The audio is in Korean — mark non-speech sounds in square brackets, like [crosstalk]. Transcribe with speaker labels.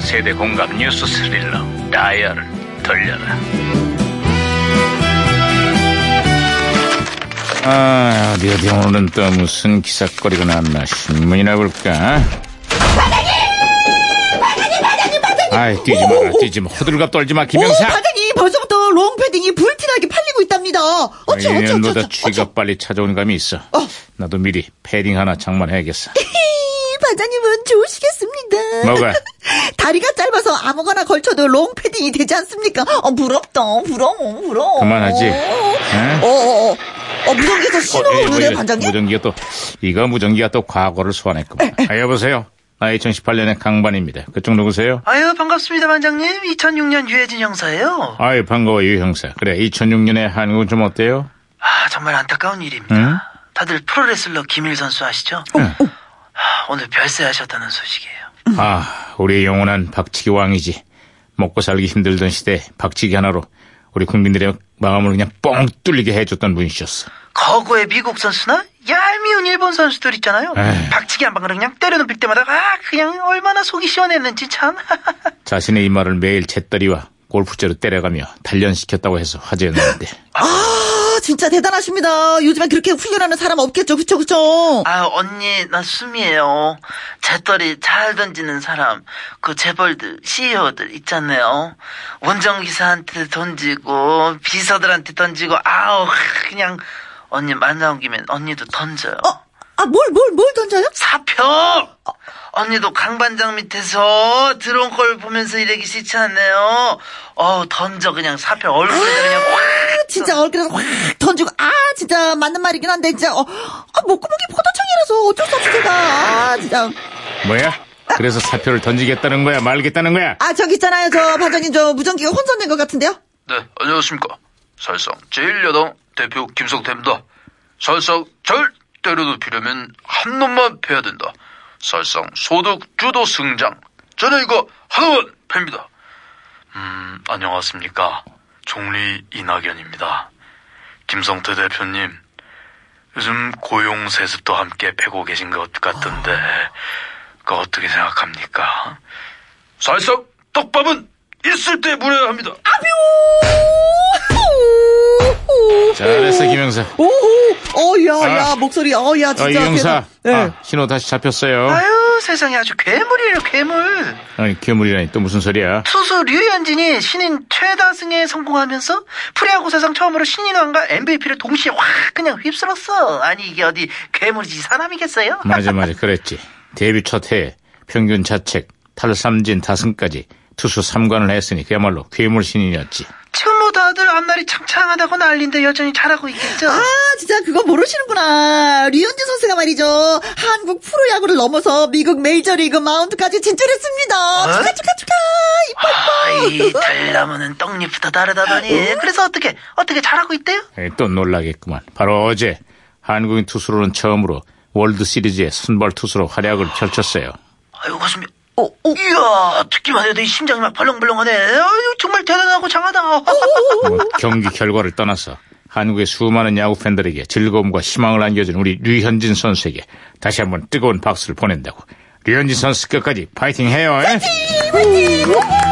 Speaker 1: 세대 공감 뉴스 스릴러 다이얼을 돌려라. 아, 어디 어디 오늘은 또 무슨 기사거리가 났나 신문이나 볼까? 아이 뛰지 마라 뛰지 마 호들갑 떨지 마
Speaker 2: 오,
Speaker 1: 김영사
Speaker 2: 반장님 벌써부터 롱패딩이 불티나게 팔리고 있답니다. 어찌 어찌 어찌
Speaker 1: 이년보다
Speaker 2: 어찌 어찌.
Speaker 1: 쥐가 빨리 찾아오는 감이 있어 나도 미리 패딩 하나 장만해야겠어
Speaker 2: 히히, 반장님은 좋으시겠습니다.
Speaker 1: 뭐가?
Speaker 2: [laughs] 다리가 짧아서 아무거나 걸쳐도 롱패딩이 되지 않습니까? 어 부럽다, 부러워, 부러워.
Speaker 1: 그만하지. 응?
Speaker 2: 어, 어, 어, 어 무전기에서 신호
Speaker 1: 어, 예,
Speaker 2: 오는데
Speaker 1: 예,
Speaker 2: 반장님.
Speaker 1: 무전기가 또 이거 무전기가 또 과거를 소환했구만
Speaker 2: 네.
Speaker 1: 아, 여보세요 나 2018년의 강반입니다 그쪽 누구세요?
Speaker 3: 아유 반갑습니다 반장님 2006년 유해진 형사예요
Speaker 1: 아이 반가워 유 형사 그래 2006년에 한국은 좀 어때요?
Speaker 3: 아 정말 안타까운 일입니다
Speaker 1: 응? 어,
Speaker 3: 다들 프로레슬러 김일 선수 아시죠? 아, 오늘 별세하셨다는 소식이에요
Speaker 1: 아 우리의 영원한 박치기 왕이지 먹고 살기 힘들던 시대 박치기 하나로 우리 국민들의 마음을 그냥 뻥 뚫리게 해줬던 분이셨어
Speaker 3: 거고의 미국 선수나 얄미운 일본 선수들 있잖아요
Speaker 1: 에이.
Speaker 3: 박치기 한 방으로 그냥 때려눕힐 때마다 아 그냥 얼마나 속이 시원했는지 참 [laughs]
Speaker 1: 자신의 이마를 매일 채다리와 골프채로 때려가며 단련시켰다고 해서 화제였는데
Speaker 2: 아 진짜 대단하십니다. 요즘엔 그렇게 훈련하는 사람 없겠죠, 그쵸 그쵸?
Speaker 3: 아유 언니 나 숨이에요 재떨이 잘 던지는 사람 그 재벌들 CEO들 있잖아요 운전기사한테 던지고 비서들한테 던지고 아우 그냥 언니 만나온 김에 언니도 던져요
Speaker 2: 어? 아뭘 뭘 뭘 던져요?
Speaker 3: 사표 언니도 강반장 밑에서 들어온 걸 보면서 이러기 싫지 않나요 어 던져 그냥 사표 얼굴에다 그냥
Speaker 2: 아,
Speaker 3: 확
Speaker 2: 진짜 얼굴에서 확 던지고 아 진짜 맞는 말이긴 한데 진짜 어, 아, 목구멍이 포도청이라서 어쩔 수 없이 제가 아 진짜
Speaker 1: 뭐야? 그래서 사표를 던지겠다는 거야 말겠다는 거야
Speaker 2: 아 저기 있잖아요 저 반장님 저 무전기가 혼선된 것 같은데요
Speaker 4: 네, 안녕하십니까. 설성 제1여당 대표 김성태입니다. 설성 절대로 높이려면 한 놈만 패야 된다. 설성 소득 주도 승장. 저는 이거 한원 팹니다. 음, 안녕하십니까. 총리 이낙연입니다. 김성태 대표님, 요즘 고용 세습도 함께 패고 계신 것 같던데, 그거 어떻게 생각합니까? 설성 떡밥은 있을 때 물어야 합니다.
Speaker 1: 잘했어 김영사
Speaker 2: 오호 어야야
Speaker 1: 아.
Speaker 2: 목소리
Speaker 1: 아,
Speaker 2: 어야
Speaker 1: 유
Speaker 2: 진짜
Speaker 1: 형사
Speaker 2: 예.
Speaker 1: 아, 신호 다시 잡혔어요
Speaker 3: 아유 세상에 아주 괴물이에요 괴물
Speaker 1: 아니 그 괴물이라니 또 무슨 소리야
Speaker 3: 투수 류현진이 신인 최다승에 성공하면서 프리야구 사상 처음으로 신인왕과 MVP를 동시에 확 그냥 휩쓸었어. 아니 이게 어디 괴물이지 사람이겠어요?
Speaker 1: 맞아 맞아 그랬지 데뷔 첫 해에 평균 자책 탈삼진 타승까지 투수 3관을 했으니 그야말로 괴물 신인이었지
Speaker 3: 지금 뭐 다들 앞날이 창창하다고 난리인데 여전히 잘하고 있겠죠?
Speaker 2: 아 진짜 그거 모르시는구나 류현진 선수가 말이죠 한국 프로야구를 넘어서 미국 메이저리그 마운드까지 진출했습니다
Speaker 3: 어?
Speaker 2: 축하 축하 축하 이뻐
Speaker 3: 아이 들나무는 떡잎부터 다르다더니 그래서 어떻게 어떻게 잘하고 있대요?
Speaker 1: 에이, 아, 또 놀라겠구만 바로 어제 한국인 투수로는 처음으로 월드 시리즈의 선발 투수로 활약을 펼쳤어요
Speaker 3: 아유 가슴이 어, 어. 이야 듣기만 해도 이 심장이 막 벌렁벌렁하네. 아유 정말 대단하고 장하다.
Speaker 1: 뭐 경기 결과를 떠나서 한국의 수많은 야구 팬들에게 즐거움과 희망을 안겨준 우리 류현진 선수에게 다시 한번 뜨거운 박수를 보낸다고. 류현진 선수 끝까지 파이팅 해요. 예?
Speaker 2: 이뻐